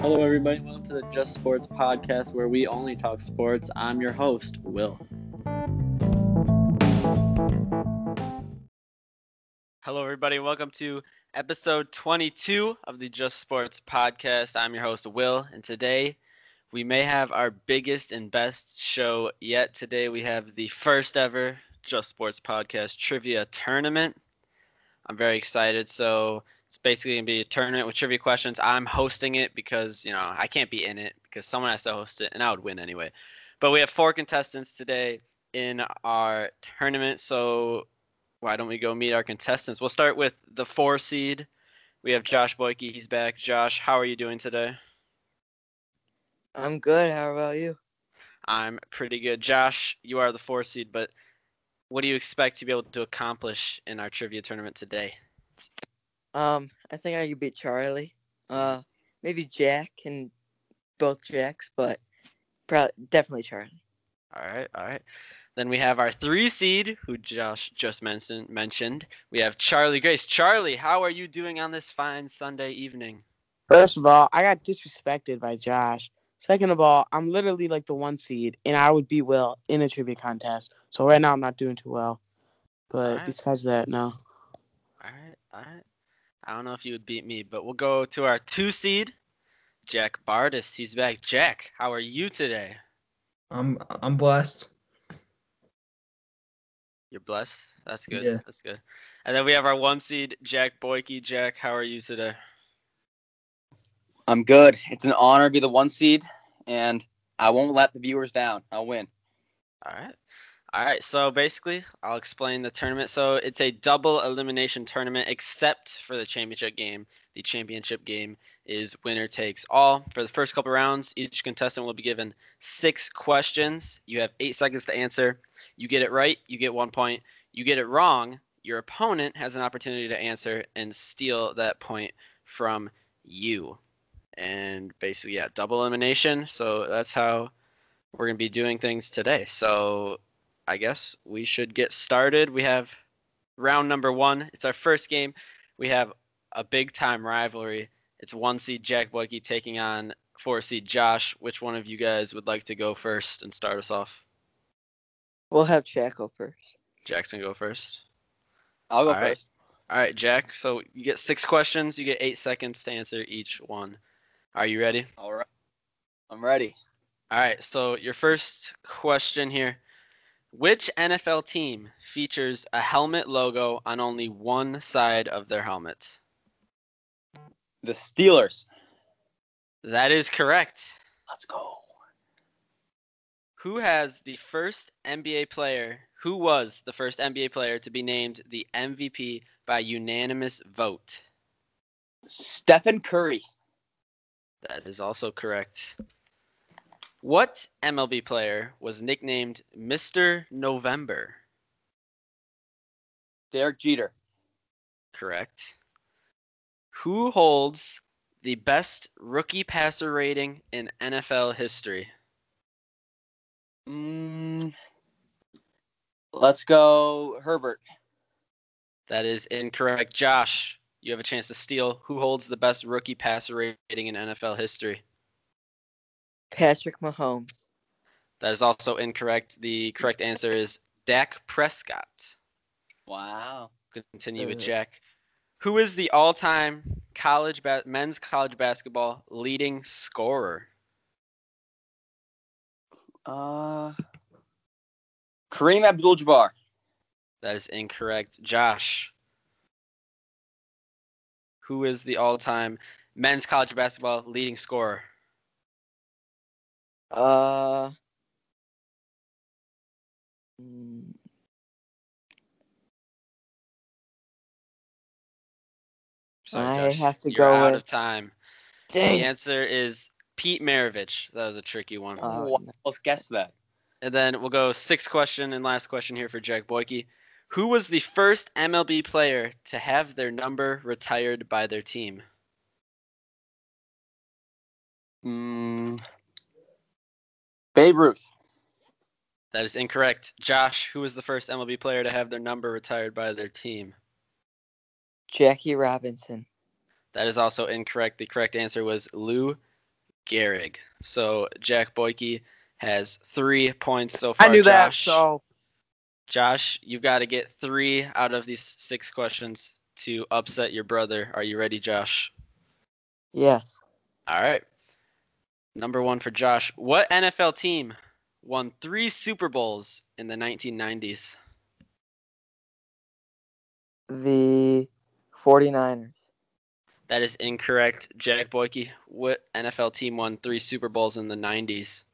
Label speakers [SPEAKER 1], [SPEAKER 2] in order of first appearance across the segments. [SPEAKER 1] Hello, everybody. Welcome to the Just Sports podcast, where we only talk sports. I'm your host, Will.
[SPEAKER 2] Hello, everybody. Welcome to episode 22 of the Just Sports podcast. I'm your host, Will, and today we may have our biggest and best show yet. Today we have the first ever Just Sports podcast trivia tournament. I'm very excited. So it's basically going to be a tournament with trivia questions. I'm hosting it because, you know, I can't be in it because someone has to host it and I would win anyway. But we have four contestants today in our tournament. So why don't we go meet our contestants? We'll start with the four seed. We have Josh Boyke. He's back. Josh, how are you doing today?
[SPEAKER 3] I'm good. How about you?
[SPEAKER 2] I'm pretty good. Josh, you are the four seed, but what do you expect to be able to accomplish in our trivia tournament today?
[SPEAKER 3] Um, I think I could beat Charlie. Uh, maybe Jack and both Jacks, but probably definitely Charlie.
[SPEAKER 2] All right, all right. Then we have our three seed, who Josh just mentioned. Mentioned. We have Charlie Grace. Charlie, how are you doing on this fine Sunday evening?
[SPEAKER 4] First of all, I got disrespected by Josh. Second of all, I'm literally like the one seed, and I would be well in a trivia contest. So right now, I'm not doing too well. But
[SPEAKER 2] Alright.
[SPEAKER 4] besides that, no.
[SPEAKER 2] All right, all right. I don't know if you would beat me, but we'll go to our two seed, Jack Bardis. He's back. Jack, how are you today?
[SPEAKER 5] I'm I'm blessed.
[SPEAKER 2] You're blessed. That's good.
[SPEAKER 5] Yeah.
[SPEAKER 2] That's good. And then we have our one seed, Jack Boyke. Jack, how are you today?
[SPEAKER 6] I'm good. It's an honor to be the one seed, and I won't let the viewers down. I'll win.
[SPEAKER 2] All right. All right. So basically, I'll explain the tournament. So it's a double elimination tournament, except for the championship game. The championship game is winner takes all. For the first couple rounds, each contestant will be given six questions. You have eight seconds to answer. You get it right, you get one point. You get it wrong, your opponent has an opportunity to answer and steal that point from you. And basically, yeah, double elimination. So that's how we're going to be doing things today. So I guess we should get started. We have round number one. It's our first game. We have a big time rivalry. It's one seed Jack Boyke taking on four seed Josh. Which one of you guys would like to go first and start us off?
[SPEAKER 3] We'll have Jacko first.
[SPEAKER 2] Jackson, go first.
[SPEAKER 6] I'll go
[SPEAKER 2] All right.
[SPEAKER 6] first.
[SPEAKER 2] All right, Jack. So you get six questions. You get eight seconds to answer each one. Are you ready?
[SPEAKER 6] All right. I'm ready.
[SPEAKER 2] All right, so your first question here. Which NFL team features a helmet logo on only one side of their helmet?
[SPEAKER 6] The Steelers.
[SPEAKER 2] That is correct.
[SPEAKER 6] Let's go.
[SPEAKER 2] Who has the first NBA player? Who was the first NBA player to be named the MVP by unanimous vote?
[SPEAKER 6] Stephen Curry.
[SPEAKER 2] That is also correct. What MLB player was nicknamed Mr. November?
[SPEAKER 6] Derek Jeter.
[SPEAKER 2] Correct. Who holds the best rookie passer rating in NFL history?
[SPEAKER 6] Mm, let's go. Herbert.
[SPEAKER 2] That is incorrect. Josh, you have a chance to steal. Who holds the best rookie passer rating in NFL history?
[SPEAKER 3] Patrick Mahomes.
[SPEAKER 2] That is also incorrect. The correct answer is Dak Prescott.
[SPEAKER 6] Wow.
[SPEAKER 2] Continue with
[SPEAKER 5] Uh.
[SPEAKER 2] Jack. Who is the all-time college ba- men's college basketball leading scorer?
[SPEAKER 6] Uh, Kareem Abdul-Jabbar.
[SPEAKER 2] That is incorrect. Josh. Who is the all time men's college basketball leading scorer?
[SPEAKER 3] Uh. mm, I
[SPEAKER 2] Josh,
[SPEAKER 3] have to
[SPEAKER 2] You're
[SPEAKER 3] go
[SPEAKER 2] out
[SPEAKER 3] with-
[SPEAKER 2] of time.
[SPEAKER 3] Dang.
[SPEAKER 2] The answer is Pete Maravich. That was a tricky one.
[SPEAKER 3] Uh,
[SPEAKER 6] wow. Let's guess that.
[SPEAKER 2] and then we'll go sixth question and last question here for Jack Boyke. Who was the first MLB player to have their number retired by their team?
[SPEAKER 4] Hmm.
[SPEAKER 6] Mm, Babe Ruth.
[SPEAKER 2] That is incorrect. Josh, who was the first MLB player to have their number retired by their team?
[SPEAKER 3] Jackie Robinson.
[SPEAKER 2] That is also incorrect. The correct answer was Lou Gehrig. So Jack Boyke has three points so far.
[SPEAKER 4] I knew that.
[SPEAKER 2] Josh-
[SPEAKER 4] So
[SPEAKER 2] Josh, you've got to get three out of these six questions to upset your brother. Are you ready, Josh?
[SPEAKER 3] Yes.
[SPEAKER 2] All right. Number one for Josh. What NFL team won three Super Bowls in the 1990s?
[SPEAKER 3] The 49ers.
[SPEAKER 2] That is incorrect. Jack Boyke, what NFL team won three Super Bowls in the 90s?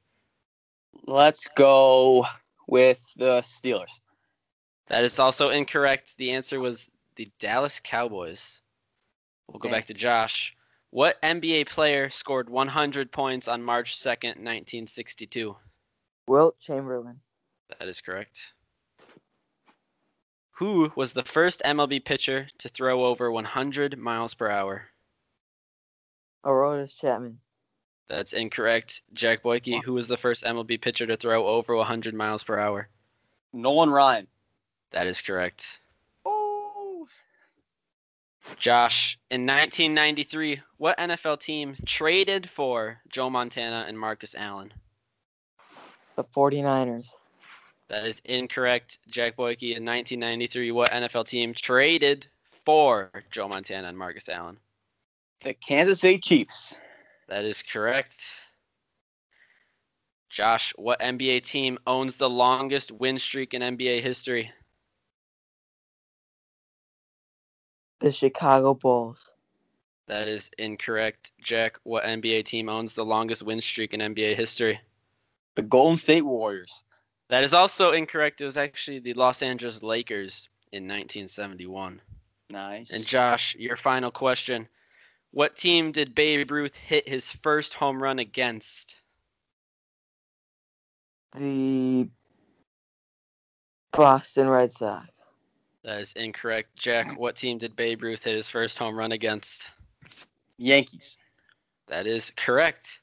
[SPEAKER 6] Let's go with the Steelers.
[SPEAKER 2] That is also incorrect. The answer was the Dallas Cowboys. We'll go
[SPEAKER 3] Dang.
[SPEAKER 2] back to Josh. What NBA player scored 100 points on March 2nd, 1962?
[SPEAKER 3] Wilt Chamberlain.
[SPEAKER 2] That is correct. Who was the first MLB pitcher to throw over 100 miles per hour?
[SPEAKER 3] Aronis Chapman.
[SPEAKER 2] That's incorrect. Jack Boyke, who was the first MLB pitcher to throw over 100 miles per hour?
[SPEAKER 6] Nolan Ryan.
[SPEAKER 2] That is correct.
[SPEAKER 3] Oh.
[SPEAKER 2] Josh, in 1993, what NFL team traded for Joe Montana and Marcus Allen?
[SPEAKER 3] The 49ers.
[SPEAKER 2] That is incorrect. Jack Boyke, in 1993, what NFL team traded for Joe Montana and Marcus Allen?
[SPEAKER 6] The Kansas City Chiefs.
[SPEAKER 2] That is correct. Josh, what NBA team owns the longest win streak in NBA history?
[SPEAKER 3] The Chicago Bulls.
[SPEAKER 2] That is incorrect. Jack, what NBA team owns the longest win streak in NBA history?
[SPEAKER 6] The Golden State Warriors.
[SPEAKER 2] That is also incorrect. It was actually the Los Angeles Lakers in 1971.
[SPEAKER 6] Nice.
[SPEAKER 2] And Josh, your final question. What team did Babe Ruth hit his first home run against?
[SPEAKER 3] The Boston Red Sox.
[SPEAKER 2] That is incorrect. Jack, what team did Babe Ruth hit his first home run against?
[SPEAKER 6] Yankees.
[SPEAKER 2] That is correct.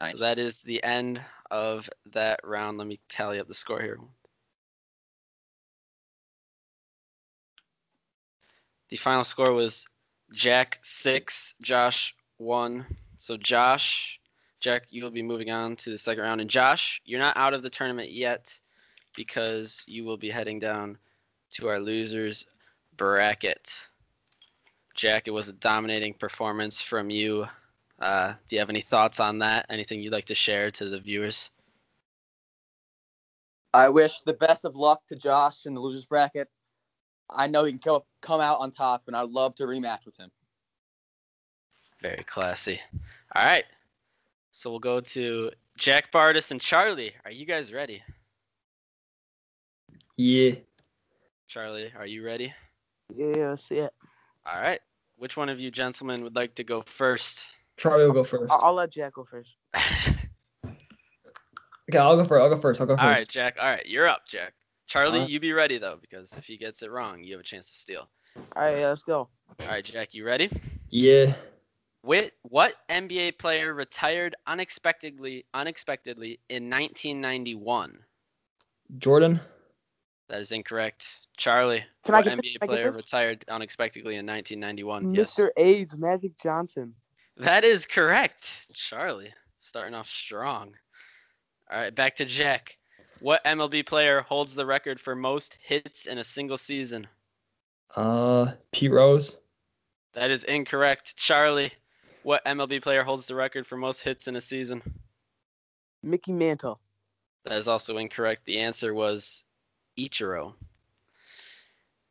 [SPEAKER 6] Nice.
[SPEAKER 2] So that is the end of that round. Let me tally up the score here. The final score was Jack six, Josh one. So Josh, Jack, you will be moving on to the second round. And Josh, you're not out of the tournament yet because you will be heading down to our losers bracket. Jack, it was a dominating performance from you. Uh, do you have any thoughts on that? Anything you'd like to share to the viewers?
[SPEAKER 6] I wish the best of luck to Josh in the losers bracket. I know he can co- come out on top, and I'd love to rematch with him.
[SPEAKER 2] Very classy. All right. So we'll go to Jack Bardis and Charlie. Are you guys ready?
[SPEAKER 5] Yeah.
[SPEAKER 2] Charlie, are you ready?
[SPEAKER 4] yeah, let's see it.
[SPEAKER 2] All right. Which one of you gentlemen would like to go first?
[SPEAKER 5] Charlie will go first.
[SPEAKER 4] I-
[SPEAKER 6] Ah.
[SPEAKER 4] I'll let Jack go first.
[SPEAKER 2] all
[SPEAKER 5] Okay, I'll go first. I'll go first. I'll go first.
[SPEAKER 2] right, Jack. All right. You're up, Jack. Charlie,
[SPEAKER 5] All right.
[SPEAKER 2] you be ready, though, because if he gets it wrong, you have a chance to steal.
[SPEAKER 4] All right, yeah, let's go.
[SPEAKER 2] All right, Jack, you ready?
[SPEAKER 5] Yeah.
[SPEAKER 2] What, what NBA player retired unexpectedly unexpectedly in 1991?
[SPEAKER 5] Jordan.
[SPEAKER 2] That is incorrect. Charlie,
[SPEAKER 4] Can I
[SPEAKER 2] what
[SPEAKER 4] get this?
[SPEAKER 2] NBA
[SPEAKER 4] Can I get
[SPEAKER 2] player
[SPEAKER 4] this?
[SPEAKER 2] retired unexpectedly in 1991? Yes.
[SPEAKER 4] Mr. AIDS, Magic Johnson.
[SPEAKER 2] That is correct. Charlie, starting off strong. All right, back to Jack. What MLB player holds the record for most hits in a single season?
[SPEAKER 5] Uh, Pete Rose.
[SPEAKER 2] That is incorrect. Charlie, what MLB player holds the record for most hits in a season?
[SPEAKER 4] Mickey Mantle.
[SPEAKER 2] That is also incorrect. The answer was Ichiro.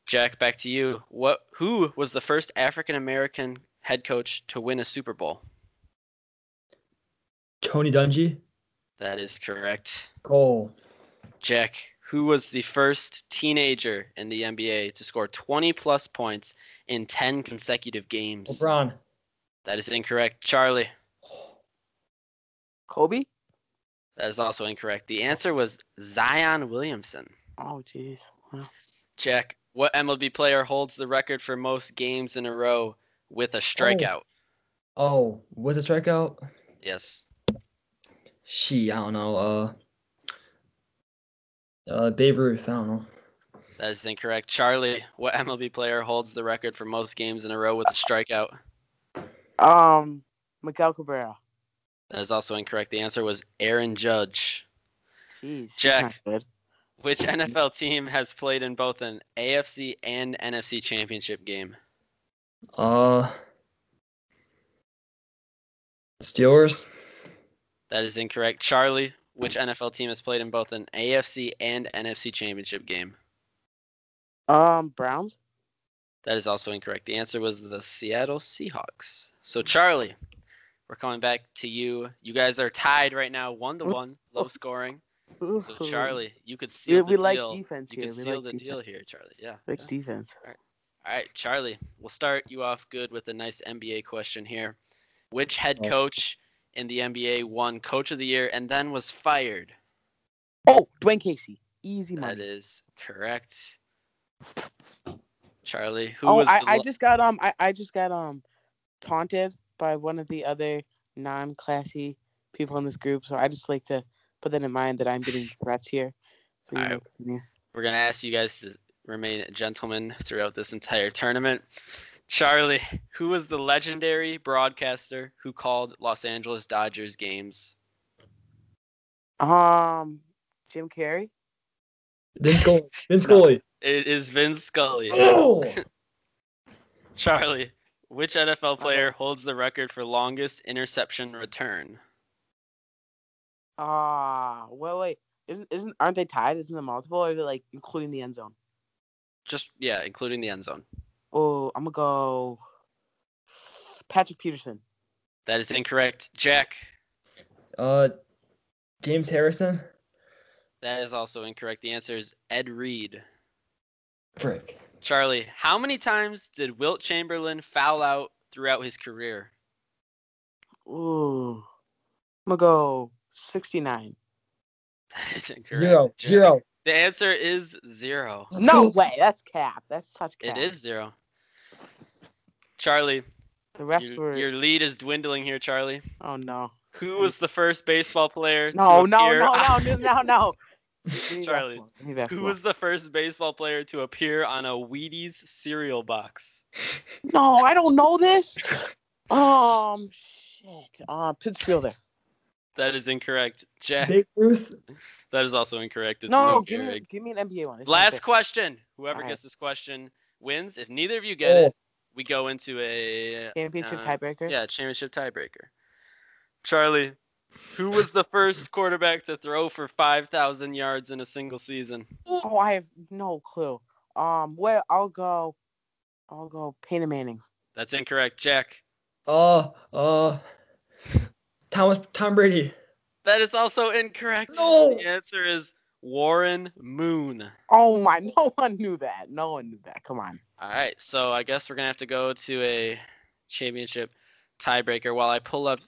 [SPEAKER 2] Jack, back to you. What? Who was the first African American head coach to win a Super Bowl?
[SPEAKER 5] Tony Dungy.
[SPEAKER 2] That is correct.
[SPEAKER 5] Cole.
[SPEAKER 2] Jack, who was the first teenager in the NBA to score 20 plus points in 10 consecutive games?
[SPEAKER 5] LeBron.
[SPEAKER 2] That is incorrect. Charlie,
[SPEAKER 4] Kobe?
[SPEAKER 2] that is also incorrect. The answer was Zion Williamson.
[SPEAKER 4] Oh, jeez.
[SPEAKER 2] Jack, what MLB player holds the record for most games in a row with a strikeout?
[SPEAKER 5] Oh, with a strikeout.
[SPEAKER 2] Yes.
[SPEAKER 5] She. I don't know. Uh. Uh, Babe Ruth. I don't know.
[SPEAKER 2] That is incorrect. Charlie, what MLB player holds the record for most games in a row with a strikeout?
[SPEAKER 4] Um, Miguel Cabrera.
[SPEAKER 2] That is also incorrect. The answer was Aaron Judge.
[SPEAKER 4] Jeez. that's
[SPEAKER 2] Jack.
[SPEAKER 4] not good.
[SPEAKER 2] Which NFL team has played in both an AFC and NFC championship game?
[SPEAKER 5] Uh, Steelers.
[SPEAKER 2] That is incorrect. Charlie, which NFL team has played in both an AFC and NFC championship game?
[SPEAKER 4] Um, Browns.
[SPEAKER 2] That is also incorrect. The answer was the Seattle Seahawks. So Charlie, we're coming back to you. You guys are tied right now, one to one, low scoring. So Charlie, you could
[SPEAKER 4] we,
[SPEAKER 2] seal
[SPEAKER 4] we
[SPEAKER 2] the
[SPEAKER 4] like
[SPEAKER 2] deal.
[SPEAKER 4] defense
[SPEAKER 2] You
[SPEAKER 4] here.
[SPEAKER 2] could
[SPEAKER 4] We
[SPEAKER 2] seal
[SPEAKER 4] like
[SPEAKER 2] the
[SPEAKER 4] defense.
[SPEAKER 2] deal here, Charlie. Yeah.
[SPEAKER 4] Like
[SPEAKER 2] yeah.
[SPEAKER 4] defense.
[SPEAKER 2] All right, Charlie, we'll start you off good with a nice NBA question here. Which head
[SPEAKER 5] Oh.
[SPEAKER 2] coach in the NBA won Coach of the Year and then was fired?
[SPEAKER 4] Oh, Dwayne Casey. Easy
[SPEAKER 2] That
[SPEAKER 4] money.
[SPEAKER 2] is correct. Charlie, who
[SPEAKER 4] Oh,
[SPEAKER 2] was
[SPEAKER 4] I,
[SPEAKER 2] the
[SPEAKER 4] I
[SPEAKER 2] lo-
[SPEAKER 4] just got um I, I just got um taunted by one of the other non classy people in this group, so I just like to put that in mind that I'm getting threats here. So you
[SPEAKER 2] All
[SPEAKER 4] may
[SPEAKER 2] right.
[SPEAKER 4] continue.
[SPEAKER 2] we're gonna ask you guys to remain gentlemen throughout this entire tournament. Charlie, who was the legendary broadcaster who called Los Angeles Dodgers games?
[SPEAKER 4] Um Jim Carrey?
[SPEAKER 5] Vince Scully. Vince
[SPEAKER 2] No.
[SPEAKER 5] Scully.
[SPEAKER 2] It is Vin Scully.
[SPEAKER 5] Oh,
[SPEAKER 2] Charlie, which NFL player holds the record for longest interception return?
[SPEAKER 4] Ah, well wait. Isn't isn't aren't they tied? Isn't it multiple or is it like including the end zone?
[SPEAKER 2] Just yeah, including the end zone.
[SPEAKER 4] Oh, I'm gonna go Patrick Peterson.
[SPEAKER 2] That is incorrect. Jack,
[SPEAKER 5] uh, James Harrison.
[SPEAKER 2] that is also incorrect. The answer is Ed Reed.
[SPEAKER 5] Frick.
[SPEAKER 2] Charlie, how many times did Wilt Chamberlain foul out throughout his career?
[SPEAKER 4] Ooh. I'm gonna go sixty nine.
[SPEAKER 2] That is incorrect.
[SPEAKER 5] Zero.
[SPEAKER 2] Jack.
[SPEAKER 5] Zero.
[SPEAKER 2] The answer is zero.
[SPEAKER 5] Let's
[SPEAKER 4] No
[SPEAKER 5] go.
[SPEAKER 4] way, that's cap. That's such
[SPEAKER 2] It
[SPEAKER 4] cap.
[SPEAKER 2] is zero. Charlie,
[SPEAKER 4] The rest
[SPEAKER 2] you-
[SPEAKER 4] were
[SPEAKER 2] your lead is dwindling here, Charlie.
[SPEAKER 4] oh no.
[SPEAKER 2] Who was the first baseball player
[SPEAKER 4] No,
[SPEAKER 2] to
[SPEAKER 4] no,
[SPEAKER 2] appear
[SPEAKER 4] no, no, no, no, no. Give me
[SPEAKER 2] Charlie,
[SPEAKER 4] basketball. Give me basketball.
[SPEAKER 2] Who was the first baseball player to appear on a Wheaties cereal box?
[SPEAKER 4] No, I don't know this. Um, shit. Uh, Pittsfielder.
[SPEAKER 2] That is incorrect. Jack,
[SPEAKER 5] Babe Ruth.
[SPEAKER 2] that is also incorrect. It's
[SPEAKER 4] No,
[SPEAKER 2] Lou
[SPEAKER 4] give me,
[SPEAKER 2] Gehrig.
[SPEAKER 4] give me an NBA one. It's not
[SPEAKER 2] Last
[SPEAKER 4] fair.
[SPEAKER 2] question. Whoever
[SPEAKER 4] Alright.
[SPEAKER 2] gets this question wins. If neither of you get
[SPEAKER 5] Oh.
[SPEAKER 2] it, we go into a
[SPEAKER 4] championship
[SPEAKER 2] uh,
[SPEAKER 4] tiebreaker.
[SPEAKER 2] yeah championship tiebreaker. Charlie, who was the first quarterback to throw for 5,000 yards in a single season?
[SPEAKER 4] Oh, I have no clue. Um, well, I'll go. I'll go. Peyton Manning.
[SPEAKER 2] That's incorrect. Jack,
[SPEAKER 5] Uh, uh, Thomas Tom Brady.
[SPEAKER 2] that is also incorrect.
[SPEAKER 5] No.
[SPEAKER 2] The answer is Warren Moon.
[SPEAKER 4] Oh my! No one knew that. No one knew that. Come on.
[SPEAKER 2] All right, so I guess we're gonna have to go to a championship tiebreaker while I pull up.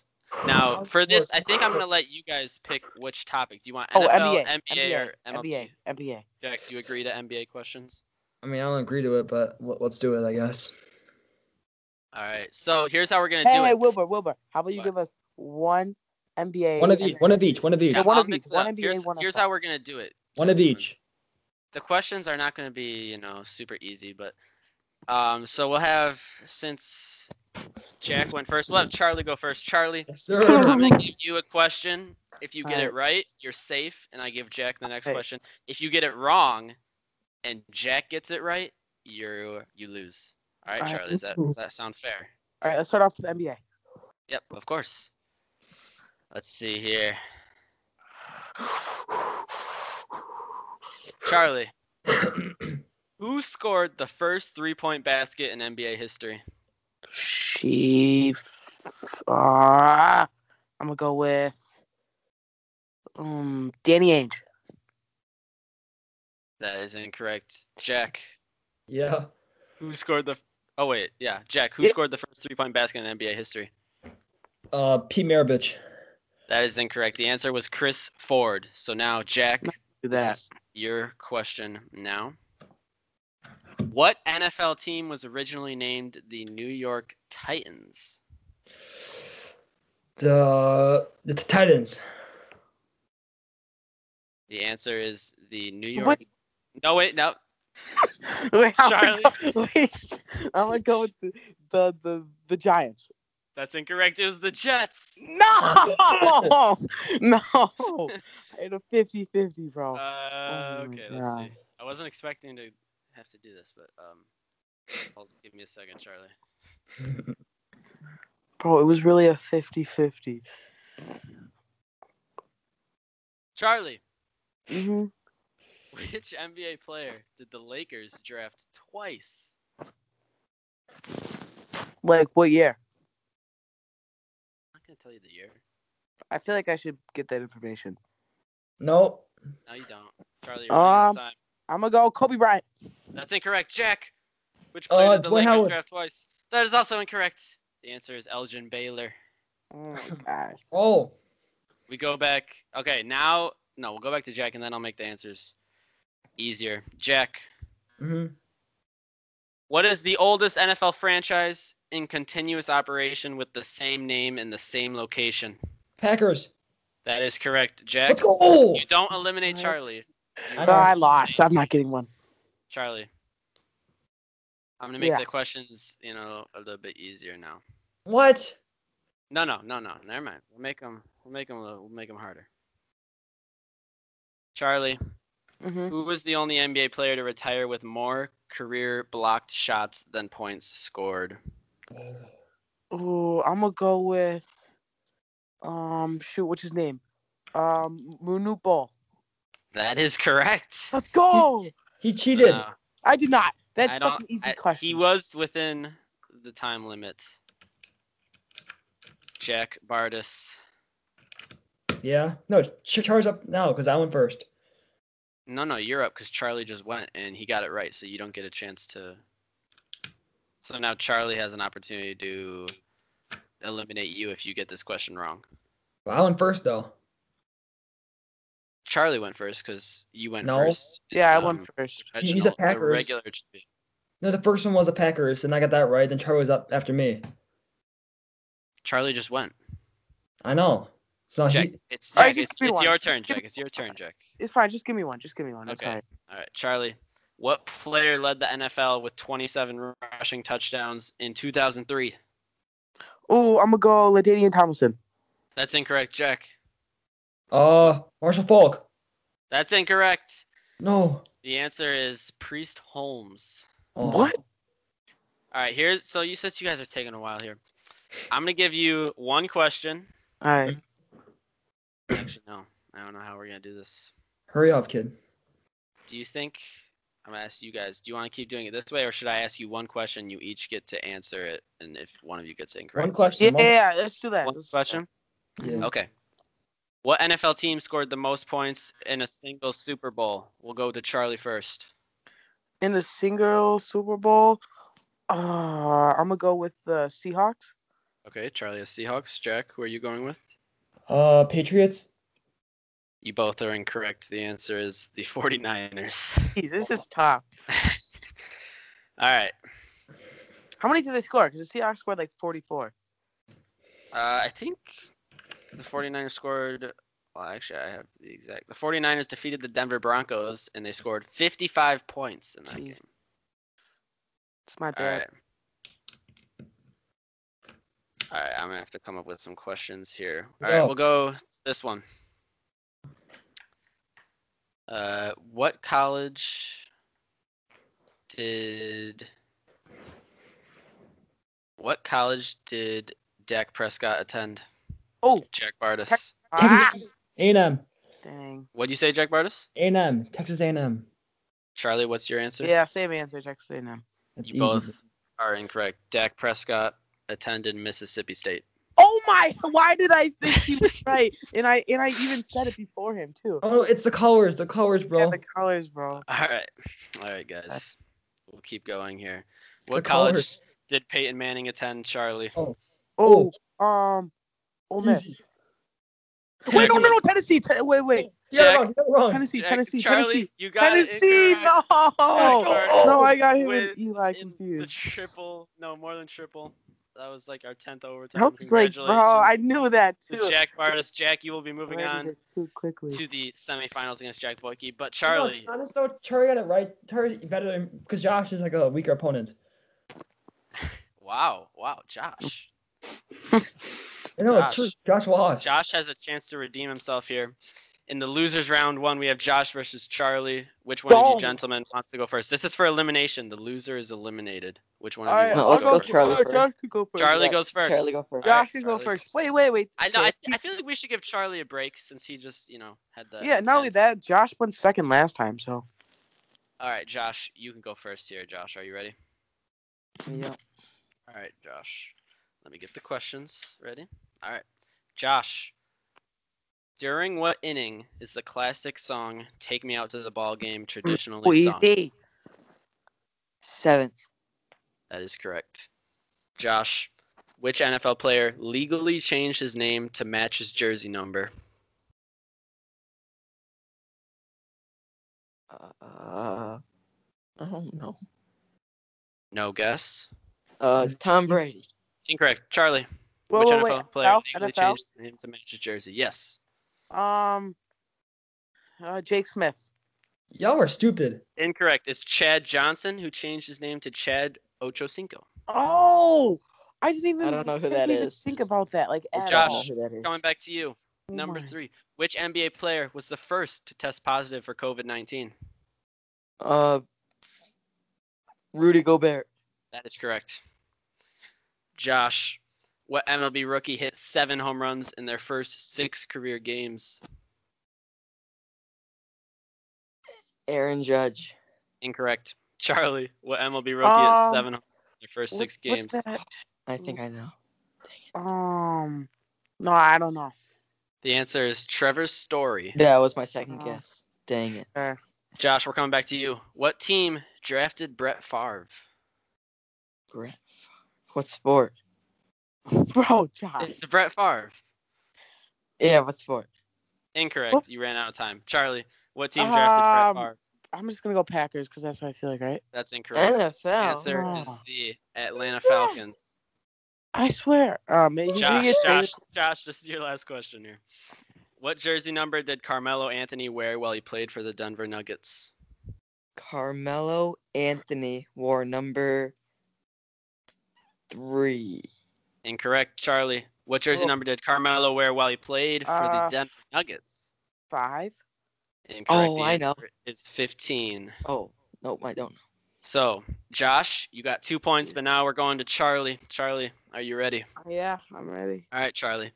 [SPEAKER 2] Now
[SPEAKER 5] I'm
[SPEAKER 2] for this, I
[SPEAKER 5] sorry.
[SPEAKER 2] think I'm gonna let you guys pick which topic. Do you want
[SPEAKER 4] Oh,
[SPEAKER 2] NFL,
[SPEAKER 4] NBA,
[SPEAKER 2] NBA, or MLB?
[SPEAKER 4] NBA. NBA.
[SPEAKER 2] Jack, do you agree to NBA questions?
[SPEAKER 5] I mean, I don't agree to it, but l- let's do it, I guess.
[SPEAKER 2] All right, so here's how we're gonna do
[SPEAKER 4] Hey,
[SPEAKER 2] it.
[SPEAKER 4] Wilbur. Wilbur. How about you
[SPEAKER 2] What?
[SPEAKER 4] give us one NBA?
[SPEAKER 5] One of
[SPEAKER 4] and-
[SPEAKER 5] each. One of each. One of each.
[SPEAKER 2] Yeah,
[SPEAKER 4] one
[SPEAKER 2] I'll
[SPEAKER 4] of each,
[SPEAKER 2] mix it
[SPEAKER 4] one
[SPEAKER 2] up.
[SPEAKER 4] NBA,
[SPEAKER 2] here's
[SPEAKER 4] one
[SPEAKER 2] here's
[SPEAKER 4] NFL.
[SPEAKER 2] how we're gonna do it.
[SPEAKER 5] One of
[SPEAKER 2] Gentlemen.
[SPEAKER 5] each.
[SPEAKER 2] the questions are not going to be you know super easy but um so we'll have since jack went first we'll have charlie go first charlie
[SPEAKER 5] Yes,
[SPEAKER 2] i'm
[SPEAKER 5] sir.
[SPEAKER 2] going to give you a question if you get it
[SPEAKER 4] Alright.
[SPEAKER 2] right you're safe and i give jack the next
[SPEAKER 4] Alright.
[SPEAKER 2] question if you get it wrong and jack gets it right you you lose all right
[SPEAKER 4] Alright.
[SPEAKER 2] charlie does that, does that sound fair
[SPEAKER 4] All right. Let's start off with NBA.
[SPEAKER 2] yep of course let's see here charlie who scored the first three-point basket in nba history
[SPEAKER 4] Chiefs. Uh, I'm gonna go with um Danny Ainge.
[SPEAKER 2] That is incorrect. Jack,
[SPEAKER 5] yeah.
[SPEAKER 2] who scored the? Oh wait, yeah, Jack, who
[SPEAKER 4] Yeah.
[SPEAKER 2] scored the first three-point basket in NBA history?
[SPEAKER 5] Uh, Pete Maravich.
[SPEAKER 2] That is incorrect. The answer was Chris Ford. So now, Jack,
[SPEAKER 4] Do
[SPEAKER 2] this
[SPEAKER 4] that.
[SPEAKER 2] is your question now. What NFL team was originally named the New York Titans?
[SPEAKER 5] The the Titans.
[SPEAKER 2] The answer is the New York.
[SPEAKER 4] Wait.
[SPEAKER 2] No wait, no.
[SPEAKER 4] Wait, I'm
[SPEAKER 2] Charlie.
[SPEAKER 4] gonna go, wait, I'm gonna go with the, the the the Giants.
[SPEAKER 2] That's incorrect. It was the Jets.
[SPEAKER 4] No, no. It's a 50-50, bro.
[SPEAKER 2] Uh,
[SPEAKER 4] Oh my
[SPEAKER 2] okay, let's
[SPEAKER 4] God.
[SPEAKER 2] see. I wasn't expecting to have to do this, but um, hold, give me a second, Charlie.
[SPEAKER 4] bro, it was really a 50-50.
[SPEAKER 2] Charlie,
[SPEAKER 4] hmm
[SPEAKER 2] which NBA player did the Lakers draft twice?
[SPEAKER 4] Like what year?
[SPEAKER 2] I'm not gonna tell you the year.
[SPEAKER 4] I feel like I should get that information.
[SPEAKER 5] no.
[SPEAKER 2] No, you don't, Charlie. You're running out of
[SPEAKER 4] Um,
[SPEAKER 2] time.
[SPEAKER 4] I'm gonna go Kobe Bryant.
[SPEAKER 2] That's incorrect, Jack. Which player
[SPEAKER 5] uh,
[SPEAKER 2] did the
[SPEAKER 5] Dwight
[SPEAKER 2] Lakers
[SPEAKER 5] Howard.
[SPEAKER 2] draft twice? That is also incorrect. The answer is Elgin Baylor.
[SPEAKER 4] Oh my gosh.
[SPEAKER 5] Oh,
[SPEAKER 2] We go back. Okay, now no, we'll go back to Jack, and then I'll make the answers easier. Jack,
[SPEAKER 5] hmm
[SPEAKER 2] What is the oldest NFL franchise in continuous operation with the same name in the same location?
[SPEAKER 5] Packers.
[SPEAKER 2] That is correct, Jack.
[SPEAKER 5] Let's go. Oh!
[SPEAKER 2] You don't eliminate Charlie.
[SPEAKER 4] Bro,
[SPEAKER 5] I know.
[SPEAKER 4] I lost. I'm not getting one.
[SPEAKER 2] Charlie. I'm gonna make
[SPEAKER 4] Yeah.
[SPEAKER 2] the questions, you know, a little bit easier now.
[SPEAKER 5] What?
[SPEAKER 2] No, no, no, no. Never mind. We'll make them. We'll make them. We'll make them harder. Charlie,
[SPEAKER 4] Mm-hmm.
[SPEAKER 2] who was the only NBA player to retire with more career blocked shots than points scored?
[SPEAKER 4] Ooh, I'm gonna go with um shoot, what's his name? Um Munu Ball.
[SPEAKER 2] That is correct.
[SPEAKER 4] Let's go.
[SPEAKER 5] He cheated.
[SPEAKER 2] Uh,
[SPEAKER 4] I did not. That's
[SPEAKER 2] I
[SPEAKER 4] such
[SPEAKER 2] don't-
[SPEAKER 4] an easy
[SPEAKER 2] I-
[SPEAKER 4] question.
[SPEAKER 2] He was within the time limit. Jack Bardis.
[SPEAKER 5] Yeah. No, Ch- Char's up now because I went first.
[SPEAKER 2] No, no, you're up because Charlie just went and he got it right, so you don't get a chance to. So now Charlie has an opportunity to eliminate you if you get this question wrong.
[SPEAKER 5] Well, I went first though.
[SPEAKER 2] Charlie went first because you went
[SPEAKER 5] No.
[SPEAKER 2] first.
[SPEAKER 4] yeah, I
[SPEAKER 2] um,
[SPEAKER 4] won first.
[SPEAKER 2] Reginald,
[SPEAKER 5] a
[SPEAKER 2] the
[SPEAKER 5] Packers.
[SPEAKER 2] regular champion.
[SPEAKER 5] No, the first one was the Packers, and I got that right. Then Char was up after me.
[SPEAKER 2] Charlie just went.
[SPEAKER 5] I know. So now
[SPEAKER 2] Jack,
[SPEAKER 5] Oh, he,
[SPEAKER 2] it's,
[SPEAKER 4] All right,
[SPEAKER 2] Jack,
[SPEAKER 4] just
[SPEAKER 2] it's,
[SPEAKER 4] give me
[SPEAKER 2] it's
[SPEAKER 4] one.
[SPEAKER 2] your turn,
[SPEAKER 4] Give me-
[SPEAKER 2] Jack. It's your turn, Jack.
[SPEAKER 4] It's fine. Just give me one. Just give me one. That's
[SPEAKER 2] Okay.
[SPEAKER 4] all right.
[SPEAKER 2] All right, Charlie. What player led the NFL with 27 rushing touchdowns in 2003?
[SPEAKER 4] Ooh, I'm gonna go Ladainian Tomlinson.
[SPEAKER 2] That's incorrect, Jack.
[SPEAKER 5] uh, Marshall Falk.
[SPEAKER 2] That's incorrect.
[SPEAKER 5] No.
[SPEAKER 2] The answer is Priest Holmes.
[SPEAKER 5] Oh.
[SPEAKER 4] What?
[SPEAKER 2] All right, here's so you since you guys are taking a while here, I'm gonna give you one question.
[SPEAKER 4] All right.
[SPEAKER 2] Actually, no, I don't know how we're gonna do this.
[SPEAKER 5] Hurry up, kid.
[SPEAKER 2] Do you think I'm gonna ask you guys? Do you want to keep doing it this way, or should I ask you one question? You each get to answer it, and if one of you gets it incorrect,
[SPEAKER 5] One question.
[SPEAKER 4] Yeah,
[SPEAKER 5] one-
[SPEAKER 4] yeah, yeah, let's do that.
[SPEAKER 2] One
[SPEAKER 4] Let's do that.
[SPEAKER 2] question.
[SPEAKER 5] Yeah.
[SPEAKER 2] Okay. What NFL team scored the most points in a single Super Bowl? We'll go to Charlie first.
[SPEAKER 4] In the single Super Bowl, uh, I'm gonna go with the Seahawks.
[SPEAKER 2] Okay, Charlie has Seahawks. Jack, who are you going with?
[SPEAKER 5] Uh, Patriots.
[SPEAKER 2] You both are incorrect. The answer is the 49ers.
[SPEAKER 4] Jeez, this is tough.
[SPEAKER 2] All right.
[SPEAKER 4] How many did they score? Because the Seahawks scored like 44.
[SPEAKER 2] Uh, I think the 49ers scored. Well, actually, I have the exact. The 49ers defeated the Denver Broncos, and they scored 55 points in that
[SPEAKER 4] Jeez.
[SPEAKER 2] game.
[SPEAKER 4] It's my
[SPEAKER 2] All
[SPEAKER 4] bad.
[SPEAKER 2] right. All right, I'm gonna have to come up with some questions here. All right,
[SPEAKER 5] Yeah.
[SPEAKER 2] we'll go this one. Uh, what college did what college did Dak Prescott attend?
[SPEAKER 4] Oh,
[SPEAKER 2] Jack Bardis.
[SPEAKER 4] ah,
[SPEAKER 5] Texas A&M.
[SPEAKER 4] dang.
[SPEAKER 2] What'd you say, Jack Bardis?
[SPEAKER 5] A&M. Texas A&M.
[SPEAKER 2] Charlie, what's your answer?
[SPEAKER 4] Yeah, same answer, Texas A&M.
[SPEAKER 5] That's
[SPEAKER 2] you
[SPEAKER 5] easy.
[SPEAKER 2] both are incorrect. Dak Prescott attended Mississippi State.
[SPEAKER 4] Oh my! Why did I think he was right? And I and I even said it before him too.
[SPEAKER 5] Oh, it's the colors. The colors,
[SPEAKER 4] Yeah,
[SPEAKER 5] bro.
[SPEAKER 4] the colors, bro.
[SPEAKER 2] All right. All right, guys. We'll keep going here.
[SPEAKER 5] The
[SPEAKER 2] What college
[SPEAKER 5] colors.
[SPEAKER 2] did Peyton Manning attend, Charlie?
[SPEAKER 4] Oh, um, Ole Miss.
[SPEAKER 5] Easy.
[SPEAKER 4] Wait, no, no, no, Tennessee. Te- wait, wait,
[SPEAKER 5] Yeah,
[SPEAKER 2] Jack-
[SPEAKER 5] wrong. you got it wrong.
[SPEAKER 4] Tennessee,
[SPEAKER 2] Jack-
[SPEAKER 4] Tennessee,
[SPEAKER 2] Charlie,
[SPEAKER 4] Tennessee,
[SPEAKER 2] you got it
[SPEAKER 4] Tennessee.
[SPEAKER 2] incorrect.
[SPEAKER 4] No,
[SPEAKER 2] Jack
[SPEAKER 4] no, I got him
[SPEAKER 2] with-
[SPEAKER 4] and Eli
[SPEAKER 2] In the
[SPEAKER 4] confused.
[SPEAKER 2] triple, no, more than triple. That was like our 10th overtime.
[SPEAKER 4] I was like, bro, I knew that
[SPEAKER 2] To
[SPEAKER 4] too.
[SPEAKER 2] Jack Bartis. Jack, you will be
[SPEAKER 4] I
[SPEAKER 2] moving
[SPEAKER 4] read
[SPEAKER 2] on
[SPEAKER 4] it too quickly.
[SPEAKER 2] to the semifinals against Jack Boyke. But
[SPEAKER 5] You know,
[SPEAKER 2] Charlie,
[SPEAKER 5] it's honest though, Charlie got it right. Charlie's better than because Josh is like a weaker opponent.
[SPEAKER 2] wow, wow, Josh.
[SPEAKER 5] No, it's true.
[SPEAKER 2] Josh.
[SPEAKER 5] Josh lost.
[SPEAKER 2] Josh has a chance to redeem himself here. In the losers round one, we have Josh versus Charlie. Which one of you
[SPEAKER 4] Don't.
[SPEAKER 2] gentlemen wants to go first? This is for elimination. The loser is eliminated. Which one
[SPEAKER 4] All
[SPEAKER 2] of you
[SPEAKER 4] right,
[SPEAKER 3] No,
[SPEAKER 2] wants
[SPEAKER 4] I'll
[SPEAKER 3] let's
[SPEAKER 2] to
[SPEAKER 4] go,
[SPEAKER 2] go
[SPEAKER 3] go
[SPEAKER 2] first?
[SPEAKER 3] Charlie
[SPEAKER 4] Charlie.
[SPEAKER 3] first.
[SPEAKER 4] Charlie could go first.
[SPEAKER 2] Charlie
[SPEAKER 3] Yeah,
[SPEAKER 2] goes first.
[SPEAKER 3] Charlie, go first.
[SPEAKER 2] All
[SPEAKER 4] Josh
[SPEAKER 2] right,
[SPEAKER 4] can go
[SPEAKER 2] Charlie.
[SPEAKER 4] first. Wait, wait, wait.
[SPEAKER 2] I know. I,
[SPEAKER 4] Okay.
[SPEAKER 2] I feel like we should give Charlie a break since he just, you know, had the.
[SPEAKER 4] yeah, not only
[SPEAKER 2] intense-
[SPEAKER 4] that, Josh won second last time, so
[SPEAKER 2] All right, Josh, you can go first here. Josh, are you ready?
[SPEAKER 3] Yeah.
[SPEAKER 2] All right, Josh. Let me get the questions ready. All right, Josh. During what inning is the classic song "Take Me Out to the Ball Game" traditionally sung?
[SPEAKER 4] easy.
[SPEAKER 3] Seventh.
[SPEAKER 2] That is correct. Josh, which NFL player legally changed his name to match his jersey number?
[SPEAKER 3] Uh, I don't know.
[SPEAKER 2] No guess.
[SPEAKER 3] Uh, it's Tom Brady.
[SPEAKER 2] Incorrect. Charlie,
[SPEAKER 4] Whoa,
[SPEAKER 2] which
[SPEAKER 4] whoa,
[SPEAKER 2] NFL
[SPEAKER 4] wait,
[SPEAKER 2] player
[SPEAKER 4] NFL?
[SPEAKER 2] legally
[SPEAKER 4] NFL?
[SPEAKER 2] changed his name to match his jersey? Yes.
[SPEAKER 4] Um, uh, Jake Smith.
[SPEAKER 5] Y'all are stupid.
[SPEAKER 2] Incorrect. It's Chad Johnson who changed his name to Chad Ochocinco.
[SPEAKER 4] Oh, I didn't even.
[SPEAKER 3] I don't know who
[SPEAKER 4] didn't
[SPEAKER 3] that
[SPEAKER 4] even
[SPEAKER 3] is.
[SPEAKER 4] Think about that, like at
[SPEAKER 2] Josh,
[SPEAKER 3] I
[SPEAKER 4] all.
[SPEAKER 3] don't know who that is.
[SPEAKER 2] Coming back to you. Number
[SPEAKER 4] Oh my-
[SPEAKER 2] three. Which NBA player was the first to test positive for COVID 19?
[SPEAKER 3] Uh, Rudy Gobert.
[SPEAKER 2] That is correct. Josh, what MLB rookie hit seven home runs in their first six career games?
[SPEAKER 3] Aaron Judge.
[SPEAKER 2] Incorrect. Charlie, what MLB rookie
[SPEAKER 4] Um,
[SPEAKER 2] hit seven home runs in their first
[SPEAKER 4] What-
[SPEAKER 2] six
[SPEAKER 4] what's
[SPEAKER 2] games?
[SPEAKER 4] that?
[SPEAKER 3] I think I know.
[SPEAKER 4] Um, no, I don't know.
[SPEAKER 2] The answer is Trevor Story.
[SPEAKER 3] That was my second
[SPEAKER 4] Uh-huh.
[SPEAKER 3] guess. Dang it.
[SPEAKER 2] Josh, we're coming back to you. What team drafted Brett Favre?
[SPEAKER 3] Brett. What sport?
[SPEAKER 4] Bro, Josh.
[SPEAKER 2] It's Brett Favre.
[SPEAKER 3] Yeah, what sport?
[SPEAKER 2] Incorrect. You ran out of time. Charlie, what team
[SPEAKER 4] Um,
[SPEAKER 2] drafted Brett Favre?
[SPEAKER 4] I'm just gonna go Packers because that's what I feel like, right?
[SPEAKER 2] That's incorrect.
[SPEAKER 3] NFL.
[SPEAKER 2] answer is
[SPEAKER 4] Oh.
[SPEAKER 2] the Atlanta
[SPEAKER 3] Who's that?
[SPEAKER 2] Falcons.
[SPEAKER 4] I swear. Uh, maybe he
[SPEAKER 2] Josh,
[SPEAKER 4] gets traded.
[SPEAKER 2] Josh, Josh, this is your last question here. What jersey number did Carmelo Anthony wear while he played for the Denver Nuggets?
[SPEAKER 3] Carmelo Anthony wore number three.
[SPEAKER 2] Incorrect, Charlie. What jersey
[SPEAKER 4] Oh.
[SPEAKER 2] number did Carmelo wear while he played for
[SPEAKER 4] Uh,
[SPEAKER 2] the Denver Nuggets?
[SPEAKER 4] five.
[SPEAKER 2] Incorrect.
[SPEAKER 3] Oh,
[SPEAKER 2] The
[SPEAKER 3] I know.
[SPEAKER 2] answer Is 15.
[SPEAKER 3] Oh, nope, I don't know.
[SPEAKER 2] So, Josh, you got two points, but now we're going to Charlie. Charlie, are you ready?
[SPEAKER 4] Yeah, I'm ready.
[SPEAKER 2] All right, Charlie.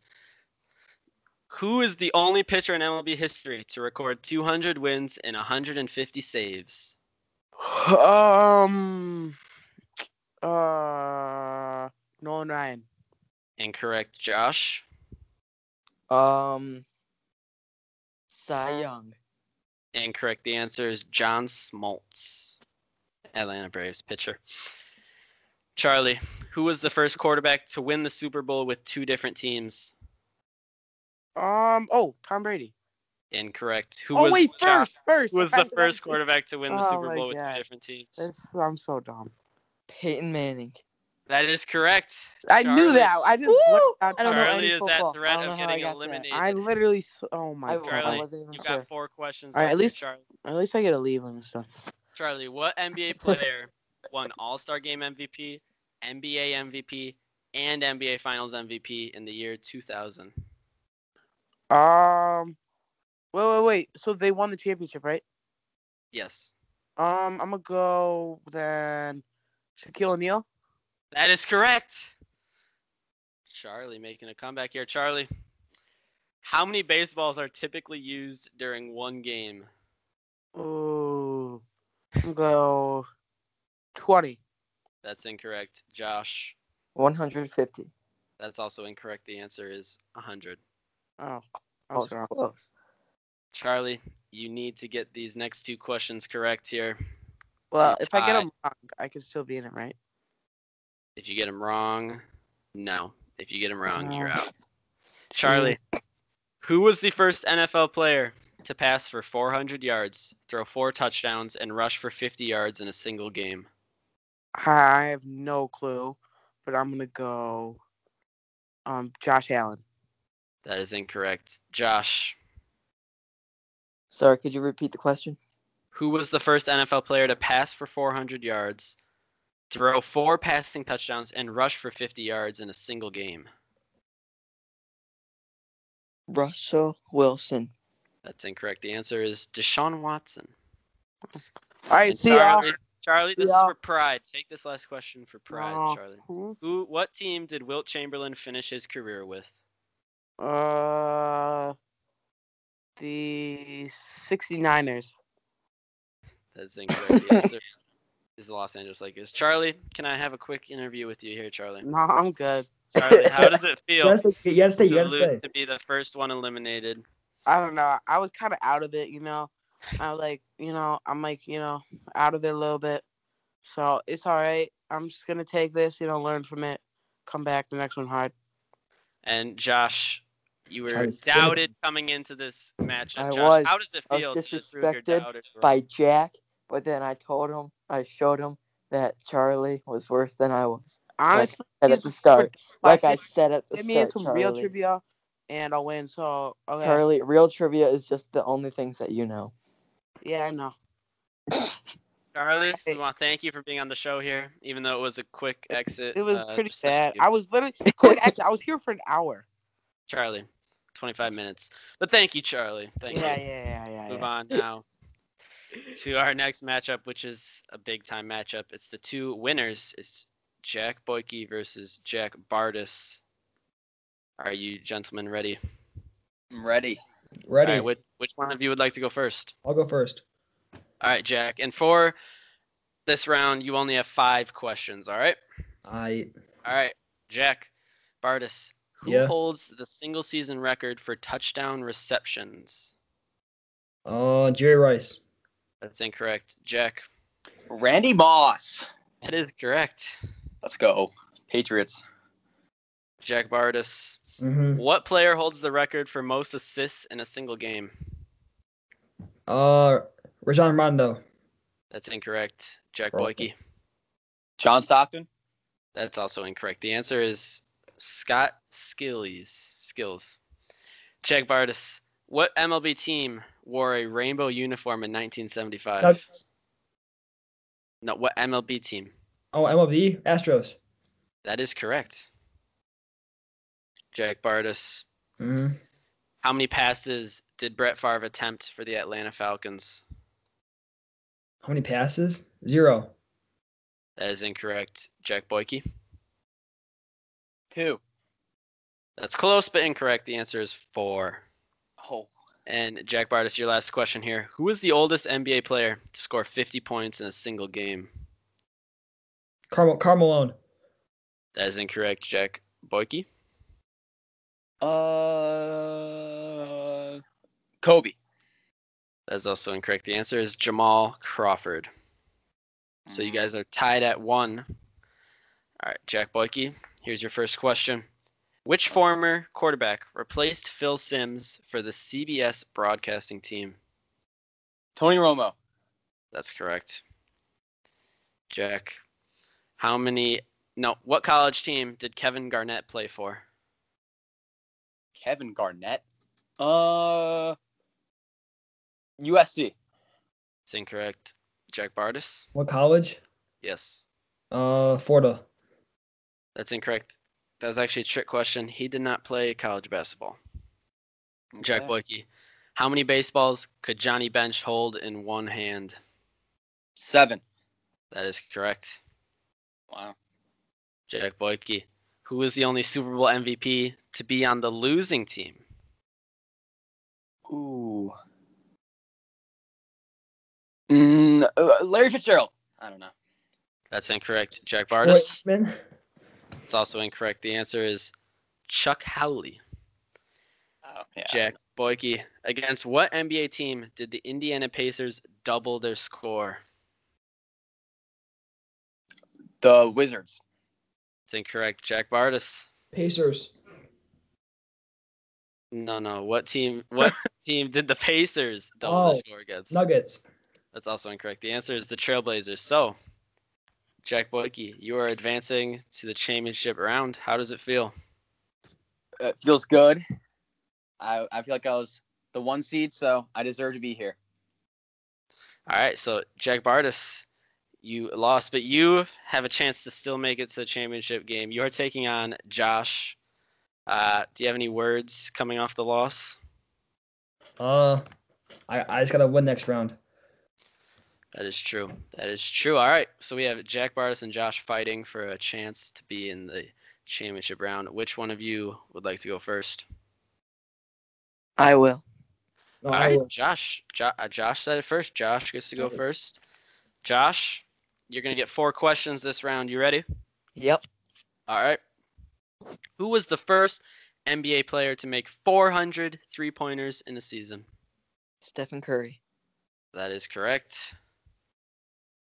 [SPEAKER 2] Who is the only pitcher in MLB history to record 200 wins and 150 saves?
[SPEAKER 4] Um. Uh. Nolan Ryan.
[SPEAKER 2] Incorrect, Josh.
[SPEAKER 3] Um, Cy Young.
[SPEAKER 2] Incorrect. The answer is John Smoltz, Atlanta Braves pitcher. Charlie, who was the first quarterback to win the Super Bowl with two different teams?
[SPEAKER 4] Um. Oh, Tom Brady.
[SPEAKER 2] Incorrect. Who
[SPEAKER 4] oh
[SPEAKER 2] was
[SPEAKER 4] wait,
[SPEAKER 2] Josh,
[SPEAKER 4] first, first.
[SPEAKER 2] who was
[SPEAKER 4] I
[SPEAKER 2] the
[SPEAKER 4] forgot
[SPEAKER 2] first
[SPEAKER 4] to say-
[SPEAKER 2] quarterback to win the
[SPEAKER 4] Oh
[SPEAKER 2] Super
[SPEAKER 4] my
[SPEAKER 2] Bowl with two
[SPEAKER 4] God.
[SPEAKER 2] different teams?
[SPEAKER 4] This- I'm so dumb.
[SPEAKER 3] Peyton Manning.
[SPEAKER 2] That is correct.
[SPEAKER 4] I knew
[SPEAKER 2] Charlie-
[SPEAKER 4] that. I just.
[SPEAKER 3] Woo!
[SPEAKER 4] blanked out.
[SPEAKER 3] I don't know
[SPEAKER 2] Charlie
[SPEAKER 3] any
[SPEAKER 2] is
[SPEAKER 3] football.
[SPEAKER 2] at
[SPEAKER 3] I
[SPEAKER 2] threat
[SPEAKER 3] don't know
[SPEAKER 2] of
[SPEAKER 3] how I
[SPEAKER 2] getting
[SPEAKER 3] got that.
[SPEAKER 2] eliminated.
[SPEAKER 4] I literally. s- Oh my
[SPEAKER 3] I,
[SPEAKER 4] god.
[SPEAKER 3] I
[SPEAKER 2] Charlie,
[SPEAKER 3] wasn't even
[SPEAKER 2] You
[SPEAKER 3] sure.
[SPEAKER 2] got four questions.
[SPEAKER 4] All right,
[SPEAKER 2] left
[SPEAKER 4] at
[SPEAKER 2] here,
[SPEAKER 4] least-
[SPEAKER 2] Charlie.
[SPEAKER 4] At least I get a leave and stuff.
[SPEAKER 2] Charlie, what NBA player won All Star Game MVP, NBA MVP, and NBA Finals MVP in the year 2000?
[SPEAKER 4] Um. Wait, wait, wait. So they won the championship, right?
[SPEAKER 2] Yes.
[SPEAKER 4] Um. I'm gonna go then. Shaquille O'Neal.
[SPEAKER 2] That is correct. Charlie making a comeback here. Charlie, how many baseballs are typically used during one game?
[SPEAKER 4] Ooh. I'm gonna go. Twenty.
[SPEAKER 2] That's incorrect. Josh,
[SPEAKER 3] 150.
[SPEAKER 2] that's also incorrect. The answer is 100.
[SPEAKER 4] Oh. I
[SPEAKER 3] Oh,
[SPEAKER 4] was
[SPEAKER 3] it's
[SPEAKER 4] wrong.
[SPEAKER 3] close.
[SPEAKER 2] Charlie, you need to get these next two questions correct here.
[SPEAKER 4] Well,
[SPEAKER 2] So
[SPEAKER 4] if I get
[SPEAKER 2] tie.
[SPEAKER 4] them wrong, I could still be in it, right?
[SPEAKER 2] If you get them wrong, no. If you get them wrong, you're
[SPEAKER 4] No.
[SPEAKER 2] out. Charlie, who was the first NFL player to pass for 400 yards, throw four touchdowns, and rush for 50 yards in a single game?
[SPEAKER 4] I have no clue, but I'm gonna go. Um, Josh Allen.
[SPEAKER 2] That is incorrect. Josh,
[SPEAKER 3] Sorry, could you repeat the question?
[SPEAKER 2] who was the first NFL player to pass for 400 yards, throw four passing touchdowns, and rush for 50 yards in a single game.
[SPEAKER 3] Russell Wilson.
[SPEAKER 2] That's incorrect. The answer is Deshaun Watson.
[SPEAKER 4] All right,
[SPEAKER 2] And
[SPEAKER 4] see y'all.
[SPEAKER 2] Charlie, Charlie, this
[SPEAKER 4] y'all.
[SPEAKER 2] is for pride. Take this last question for pride,
[SPEAKER 4] Aw.
[SPEAKER 2] Charlie.
[SPEAKER 4] Hmm?
[SPEAKER 2] Who? What team did Wilt Chamberlain finish his career with?
[SPEAKER 4] Uh, the 69ers.
[SPEAKER 2] That's incorrect. The answer is the Los Angeles Lakers. Charlie, can I have a quick interview with you here, Charlie?
[SPEAKER 4] No, I'm good.
[SPEAKER 2] Charlie, how does it
[SPEAKER 5] You
[SPEAKER 2] feel
[SPEAKER 5] gotta stay. You gotta stay. You
[SPEAKER 2] to,
[SPEAKER 5] gotta
[SPEAKER 2] lose,
[SPEAKER 5] stay.
[SPEAKER 2] to be the first one eliminated?
[SPEAKER 4] I don't know. I was kind of out of it, you know. I'm like, you know, I'm like, you know, out of it a little bit. So it's all right. I'm just gonna take this, you know, learn from it, come back the next one hard.
[SPEAKER 2] And Josh, you were
[SPEAKER 5] Charlie's still-
[SPEAKER 2] doubted coming into this matchup.
[SPEAKER 3] I
[SPEAKER 2] Josh,
[SPEAKER 3] was.
[SPEAKER 2] how does it
[SPEAKER 3] I was
[SPEAKER 2] feel to prove your
[SPEAKER 3] disrespected
[SPEAKER 2] doubters wrong?
[SPEAKER 3] by Jack, but then I told him, I showed him that Charlie was worse than I was.
[SPEAKER 4] Honestly,
[SPEAKER 3] Said at
[SPEAKER 4] he's
[SPEAKER 3] the start,
[SPEAKER 4] like
[SPEAKER 3] like
[SPEAKER 4] I
[SPEAKER 3] I said at the
[SPEAKER 4] get me
[SPEAKER 3] start,
[SPEAKER 4] into
[SPEAKER 3] Charlie.
[SPEAKER 4] real trivia, and I'll win. So okay,
[SPEAKER 3] Charlie, real trivia is just the only things that you know.
[SPEAKER 4] yeah, I know.
[SPEAKER 2] Charlie, we
[SPEAKER 4] Hey.
[SPEAKER 2] want to thank you for being on the show here, even though it was a quick exit.
[SPEAKER 4] It was
[SPEAKER 2] uh,
[SPEAKER 4] pretty
[SPEAKER 2] just
[SPEAKER 4] sad.
[SPEAKER 2] thank you.
[SPEAKER 4] I was literally quick. Actually, I was here for an hour.
[SPEAKER 2] Charlie, 25 minutes. But thank you, Charlie. Thank
[SPEAKER 4] yeah,
[SPEAKER 2] you.
[SPEAKER 4] yeah, yeah, yeah,
[SPEAKER 2] Move
[SPEAKER 4] yeah.
[SPEAKER 2] on now to our next matchup, which is a big time matchup. It's the two winners. It's Jack Boyke versus Jack Bardis. Are you gentlemen ready?
[SPEAKER 6] I'm ready.
[SPEAKER 2] All
[SPEAKER 5] Ready?
[SPEAKER 2] right, which, which one of you would like to go first?
[SPEAKER 5] I'll go first.
[SPEAKER 2] All right, Jack. And for this round, you only have five questions, all right?
[SPEAKER 5] I
[SPEAKER 2] All right, Jack Bardis, who
[SPEAKER 5] Yeah.
[SPEAKER 2] holds the single season record for touchdown receptions?
[SPEAKER 5] uh Jerry Rice.
[SPEAKER 2] That's incorrect. Jack,
[SPEAKER 6] Randy Moss.
[SPEAKER 2] that is correct.
[SPEAKER 6] Let's go. Patriots.
[SPEAKER 2] Jack Bardis,
[SPEAKER 5] Mm-hmm.
[SPEAKER 2] what player holds the record for most assists in a single game?
[SPEAKER 5] Uh, Rajon Rondo.
[SPEAKER 2] That's incorrect. Jack
[SPEAKER 5] Bro.
[SPEAKER 2] Boyke,
[SPEAKER 6] John Stockton.
[SPEAKER 2] that's also incorrect. The answer is Scott Skillies. Skills. Jack Bardis, what MLB team wore a rainbow uniform in 1975?
[SPEAKER 5] Nuggets.
[SPEAKER 2] No, what MLB team?
[SPEAKER 5] Oh, MLB Astros.
[SPEAKER 2] That is correct. Jack Bardis.
[SPEAKER 5] Mm-hmm.
[SPEAKER 2] How many passes did Brett Favre attempt for the Atlanta Falcons?
[SPEAKER 5] How many passes? Zero.
[SPEAKER 2] That is incorrect. Jack Boyke.
[SPEAKER 6] Two.
[SPEAKER 2] That's close but incorrect. The answer is four.
[SPEAKER 6] Oh.
[SPEAKER 2] And Jack Bardis, your last question here. Who is the oldest NBA player to score 50 points in a single game?
[SPEAKER 5] Carmel Carmelone.
[SPEAKER 2] That is incorrect. Jack Boyke.
[SPEAKER 6] Uh. Kobe.
[SPEAKER 2] That is also incorrect. The answer is Jamal Crawford. So
[SPEAKER 6] Mm.
[SPEAKER 2] you guys are tied at one. All right, Jack Boyke, here's your first question. Which former quarterback replaced Phil Sims for the CBS broadcasting team?
[SPEAKER 6] Tony Romo.
[SPEAKER 2] That's correct. Jack, how many? No, what college team did Kevin Garnett play for?
[SPEAKER 6] Kevin Garnett. Uh. USC.
[SPEAKER 2] It's incorrect. Jack Bardis?
[SPEAKER 5] What college?
[SPEAKER 2] Yes.
[SPEAKER 5] Uh, Florida.
[SPEAKER 2] That's incorrect. That was actually a trick question. He did not play college basketball. Jack
[SPEAKER 6] Okay.
[SPEAKER 2] Boyke, how many baseballs could Johnny Bench hold in one hand?
[SPEAKER 6] Seven.
[SPEAKER 2] That is correct.
[SPEAKER 6] Wow.
[SPEAKER 2] Jack Boyke, who was the only Super Bowl MVP to be on the losing team?
[SPEAKER 6] Ooh. Mm, uh, Larry Fitzgerald. I don't know.
[SPEAKER 2] That's incorrect. Jack
[SPEAKER 5] Troy
[SPEAKER 2] Bardis.
[SPEAKER 5] Aikman.
[SPEAKER 2] It's also incorrect. The answer is Chuck Howley.
[SPEAKER 6] Oh, yeah.
[SPEAKER 2] Jack Boyke, against what NBA team did the Indiana Pacers double their score?
[SPEAKER 6] The Uh, Wizards.
[SPEAKER 2] It's incorrect. Jack Bardis.
[SPEAKER 5] Pacers.
[SPEAKER 2] No, no. What team? What team did the Pacers double
[SPEAKER 5] Oh,
[SPEAKER 2] their score against?
[SPEAKER 5] Nuggets.
[SPEAKER 2] That's also incorrect. The answer is the Trailblazers. So, Jack Boyke, you are advancing to the championship round. How does it feel?
[SPEAKER 6] Uh, feels good. I, I feel like I was the one seed, so I deserve to be here.
[SPEAKER 2] All right. So, Jack Bardis, You lost, but you have a chance to still make it to the championship game. You are taking on Josh. Uh, do you have any words coming off the loss?
[SPEAKER 5] Uh, I, I just gotta win next round.
[SPEAKER 2] That is true. That is true. All right. So we have Jack Bartis and Josh fighting for a chance to be in the championship round. Which one of you would like to go first?
[SPEAKER 3] I will.
[SPEAKER 5] No,
[SPEAKER 2] All
[SPEAKER 5] I
[SPEAKER 2] right,
[SPEAKER 5] will.
[SPEAKER 2] Josh. Jo- uh, Josh said it first. Josh gets to go
[SPEAKER 5] Okay.
[SPEAKER 2] first. Josh, you're gonna get four questions this round. You ready?
[SPEAKER 3] Yep.
[SPEAKER 2] All right. Who was the first NBA player to make 400 three pointers in a season?
[SPEAKER 3] Stephen Curry.
[SPEAKER 2] That is correct.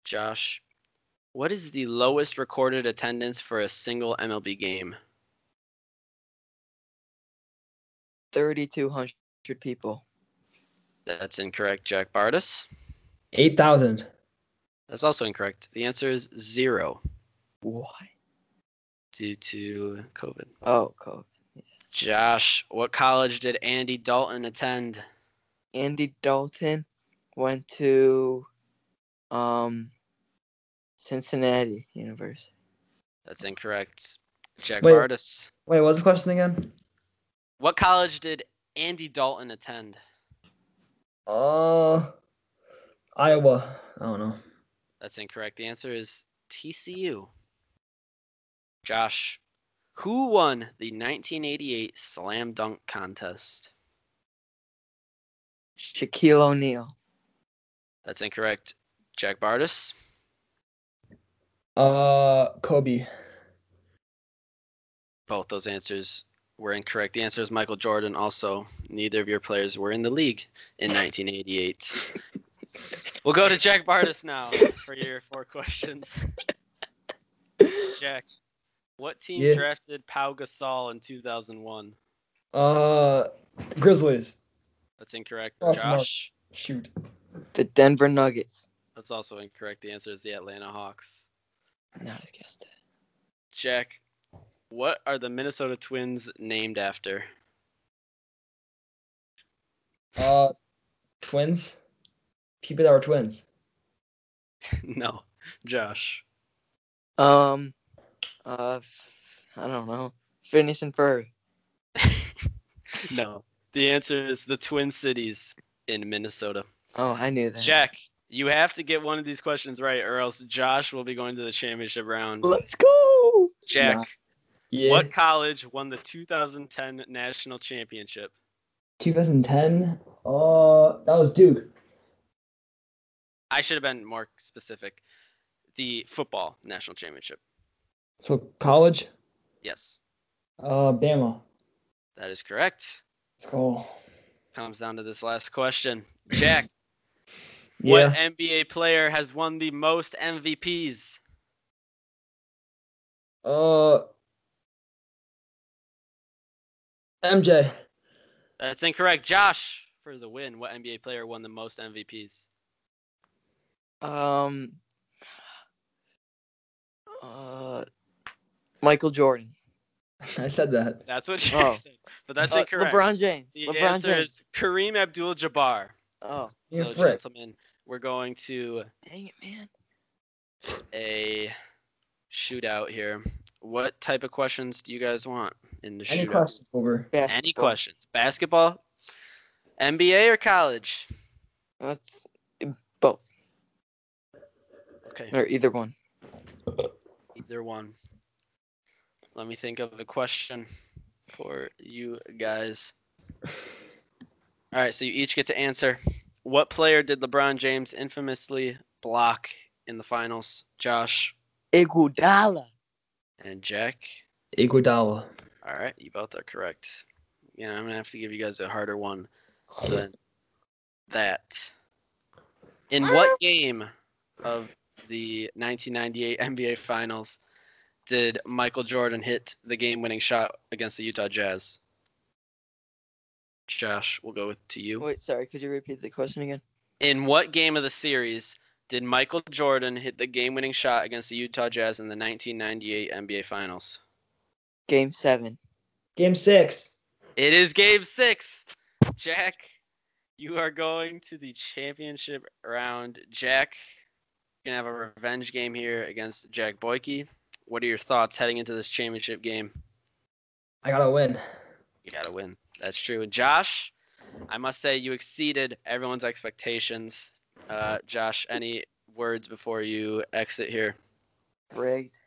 [SPEAKER 2] Josh, what is the lowest recorded attendance for a single MLB game?
[SPEAKER 3] 3,200 people.
[SPEAKER 2] That's incorrect, Jack Bardis.
[SPEAKER 5] Eight thousand.
[SPEAKER 2] That's also incorrect. The answer is zero
[SPEAKER 3] What?
[SPEAKER 2] due to COVID.
[SPEAKER 3] Oh, cool.
[SPEAKER 2] Josh, what college did Andy Dalton attend?
[SPEAKER 3] Andy Dalton went to um Cincinnati University.
[SPEAKER 2] That's incorrect. Jack
[SPEAKER 5] Wait.
[SPEAKER 2] Bardis.
[SPEAKER 5] Wait, what was the question again?
[SPEAKER 2] What college did Andy Dalton attend?
[SPEAKER 5] Uh, Iowa. I don't know.
[SPEAKER 2] That's incorrect. The answer is TCU. Josh, who won the 1988 slam dunk contest?
[SPEAKER 3] Shaquille O'Neal.
[SPEAKER 2] That's incorrect. Jack Bardis.
[SPEAKER 5] Uh, Kobe.
[SPEAKER 2] Both those answers were incorrect. The answer is Michael Jordan. Also, neither of your players were in the league in 1988. we'll go to Jack Bardis now for your four questions. Jack, what team
[SPEAKER 5] Yeah.
[SPEAKER 2] drafted Pau Gasol in 2001?
[SPEAKER 5] Uh, Grizzlies.
[SPEAKER 2] That's incorrect.
[SPEAKER 5] Baltimore.
[SPEAKER 2] Josh.
[SPEAKER 5] Shoot.
[SPEAKER 3] The Denver Nuggets.
[SPEAKER 2] That's also incorrect. The answer is the Atlanta Hawks.
[SPEAKER 3] No, I guessed that.
[SPEAKER 2] Jack, what are the Minnesota Twins named after?
[SPEAKER 5] Uh, twins. People that were twins.
[SPEAKER 2] no, Josh.
[SPEAKER 3] Um, uh, f- I don't know. Phineas and Ferb.
[SPEAKER 2] No. The answer is the Twin Cities in Minnesota.
[SPEAKER 3] Oh, I knew that.
[SPEAKER 2] Jack, you have to get one of these questions right, or else Josh will be going to the championship round.
[SPEAKER 3] Let's go.
[SPEAKER 2] Jack,
[SPEAKER 5] Yeah.
[SPEAKER 2] what college won the 2010 national championship?
[SPEAKER 5] 2010. Uh, that was Duke.
[SPEAKER 2] I should have been more specific. The football national championship.
[SPEAKER 5] So college.
[SPEAKER 2] Yes,
[SPEAKER 5] Uh, Bama.
[SPEAKER 2] that is correct.
[SPEAKER 5] Let's go.
[SPEAKER 2] comes down to this last question. Jack,
[SPEAKER 5] Yeah.
[SPEAKER 2] what NBA player has won the most MVPs?
[SPEAKER 5] Uh. MJ.
[SPEAKER 2] That's incorrect. Josh, for the win, what NBA player won the most MVPs?
[SPEAKER 3] Um, uh, Michael Jordan.
[SPEAKER 5] I said that.
[SPEAKER 2] That's what Jack
[SPEAKER 3] Oh.
[SPEAKER 2] said, but that's
[SPEAKER 3] Uh,
[SPEAKER 2] incorrect.
[SPEAKER 3] LeBron James.
[SPEAKER 2] the
[SPEAKER 3] LeBron
[SPEAKER 2] answer
[SPEAKER 3] James.
[SPEAKER 2] is Kareem Abdul-Jabbar.
[SPEAKER 3] Oh,
[SPEAKER 5] You
[SPEAKER 2] so,
[SPEAKER 5] prick.
[SPEAKER 2] gentlemen, we're going to
[SPEAKER 3] dang it, man.
[SPEAKER 2] a shootout here. What type of questions do you guys want in the
[SPEAKER 5] Any
[SPEAKER 2] shootout?
[SPEAKER 5] questions over?
[SPEAKER 2] Any
[SPEAKER 3] Basketball.
[SPEAKER 2] questions? Basketball, NBA, or college?
[SPEAKER 3] That's both
[SPEAKER 2] Okay.
[SPEAKER 3] or either one.
[SPEAKER 2] Either one. Let me think of a question for you guys. All right, so you each get to answer. What player did LeBron James infamously block in the finals? Josh
[SPEAKER 3] Iguodala.
[SPEAKER 2] and Jack.
[SPEAKER 5] Iguodala.
[SPEAKER 2] All right, you both are correct. You know, I'm gonna have to give you guys a harder one than that. In what game of the 1998 NBA Finals did Michael Jordan hit the game-winning shot against the Utah Jazz? Josh, we'll go with to you.
[SPEAKER 3] Wait, sorry. Could you repeat the question again?
[SPEAKER 2] In what game of the series did Michael Jordan hit the game-winning shot against the Utah Jazz in the 1998 NBA Finals?
[SPEAKER 3] Game seven.
[SPEAKER 5] Game six.
[SPEAKER 2] It is game six. Jack, you are going to the championship round. Jack, gonna have a revenge game here against Jack Boyke. What are your thoughts heading into this championship game?
[SPEAKER 5] I gotta win.
[SPEAKER 2] You gotta win. That's true. And Josh, I must say you exceeded everyone's expectations. Uh, Josh, any words before you exit here?
[SPEAKER 3] Rigged.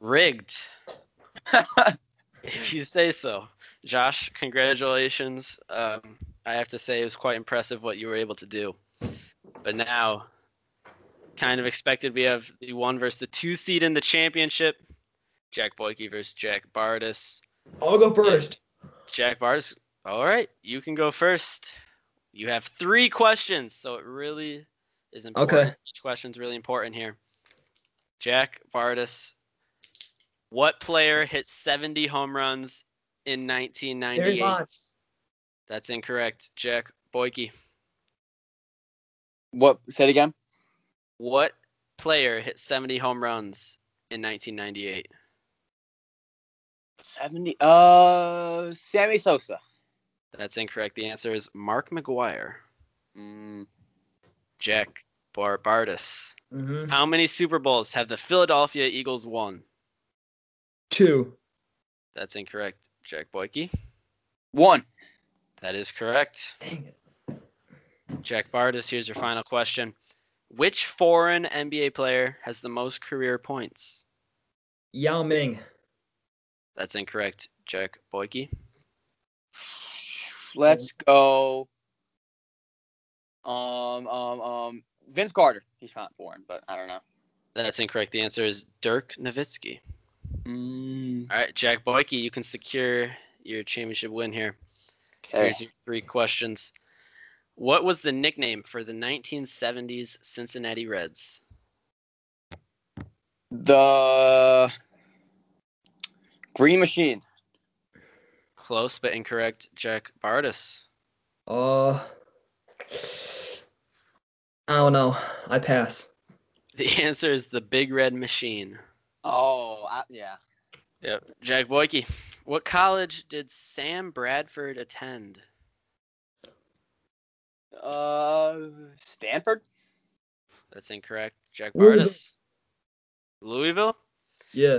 [SPEAKER 2] Rigged. if you say so. Josh, congratulations. Um, I have to say it was quite impressive what you were able to do. But now, kind of expected we have the one versus the two seed in the championship. Jack Boyke versus Jack Bardis.
[SPEAKER 5] I'll go first.
[SPEAKER 2] Jack Bars. All right, you can go first. You have three questions, so it really is important.
[SPEAKER 5] Okay.
[SPEAKER 2] Each question's really important here. Jack Bardis, what player hit 70 home runs in
[SPEAKER 5] Barry
[SPEAKER 2] 1998?
[SPEAKER 5] Bonds.
[SPEAKER 2] That's incorrect. Jack Boyke,
[SPEAKER 6] What? Say it again.
[SPEAKER 2] what player hit 70 home runs in 1998?
[SPEAKER 6] Seventy. Uh, Sammy Sosa.
[SPEAKER 2] That's incorrect. The answer is Mark McGuire.
[SPEAKER 6] Mm,
[SPEAKER 2] Jack Bar- Bardis.
[SPEAKER 5] Mm-hmm.
[SPEAKER 2] How many Super Bowls have the Philadelphia Eagles won?
[SPEAKER 5] Two.
[SPEAKER 2] That's incorrect. Jack Boyke.
[SPEAKER 6] one.
[SPEAKER 2] That is correct.
[SPEAKER 5] Dang it.
[SPEAKER 2] Jack Bardis, here's your final question. Which foreign NBA player has the most career points?
[SPEAKER 5] Yao Ming.
[SPEAKER 2] That's incorrect. Jack Boyke.
[SPEAKER 6] Let's go. Um, um, um. Vince Carter. He's not foreign, but I don't know.
[SPEAKER 2] That's incorrect. The answer is Dirk Nowitzki.
[SPEAKER 6] Mm,
[SPEAKER 2] All right, Jack Boyke, you can secure your championship win here.
[SPEAKER 6] okay.
[SPEAKER 2] Here's your three questions. What was the nickname for the 1970s Cincinnati Reds?
[SPEAKER 6] The Green Machine.
[SPEAKER 2] Close but incorrect. Jack Bardis.
[SPEAKER 5] Uh, I don't know. I pass.
[SPEAKER 2] The answer is the Big Red Machine.
[SPEAKER 6] Oh, I, yeah.
[SPEAKER 2] Yep. Jack Boyke, what college did Sam Bradford attend?
[SPEAKER 6] Uh, Stanford.
[SPEAKER 2] That's incorrect. Jack
[SPEAKER 5] Louisville.
[SPEAKER 2] Bardis. Louisville?
[SPEAKER 5] Yeah.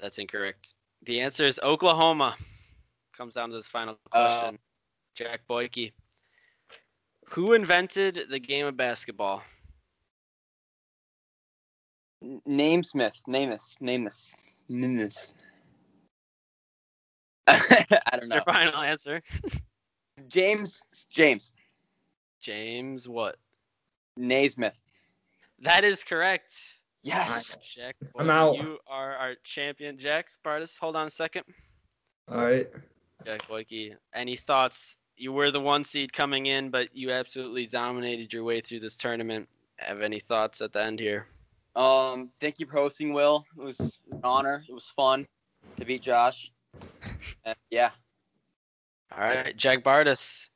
[SPEAKER 2] That's incorrect. The answer is Oklahoma. Comes down to this final
[SPEAKER 6] Uh,
[SPEAKER 2] question. Jack Boyke. Who invented the game of basketball?
[SPEAKER 6] N- Name Smith. Name this. Name this. Name this. I
[SPEAKER 2] That's Your
[SPEAKER 6] don't know.
[SPEAKER 2] final answer.
[SPEAKER 6] James. James.
[SPEAKER 2] James what?
[SPEAKER 6] Naismith.
[SPEAKER 2] That is correct.
[SPEAKER 6] Yes.
[SPEAKER 2] Jack
[SPEAKER 5] I'm
[SPEAKER 2] Boyke,
[SPEAKER 5] out.
[SPEAKER 2] You are our champion, Jack Bardis. Hold on a second.
[SPEAKER 5] All right.
[SPEAKER 2] Jack Boyke, any thoughts? You were the one seed coming in, but you absolutely dominated your way through this tournament. Have any thoughts at the end here?
[SPEAKER 6] Um. Thank you for hosting, Will. It was an honor. It was fun to beat Josh. And yeah.
[SPEAKER 2] All right, Jack Bardis,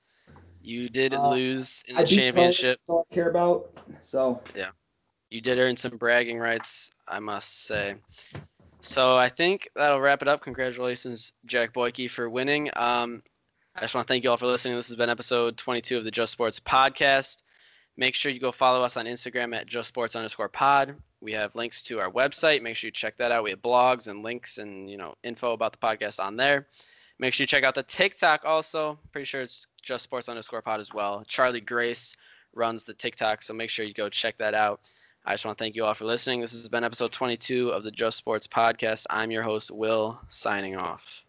[SPEAKER 2] you did
[SPEAKER 5] Uh,
[SPEAKER 2] lose in
[SPEAKER 5] I
[SPEAKER 2] the
[SPEAKER 5] beat Charlie.
[SPEAKER 2] championship.
[SPEAKER 5] That's all I care about. So
[SPEAKER 2] You did earn some bragging rights, I must say. So I think that'll wrap it up. Congratulations, Jack Boyke, for winning. Um, I just want to thank you all for listening. This has been episode 22 of the Just Sports podcast. Make sure you go follow us on Instagram at just sports underscore pod. We have links to our website. Make sure you check that out. We have blogs and links and you know info about the podcast on there. Make sure you check out the TikTok also. Pretty sure it's just sports underscore pod as well. Charlie Grace runs the TikTok, so make sure you go check that out. I just want to thank you all for listening. This has been episode 22 of the Just Sports Podcast. I'm your host, Will, signing off.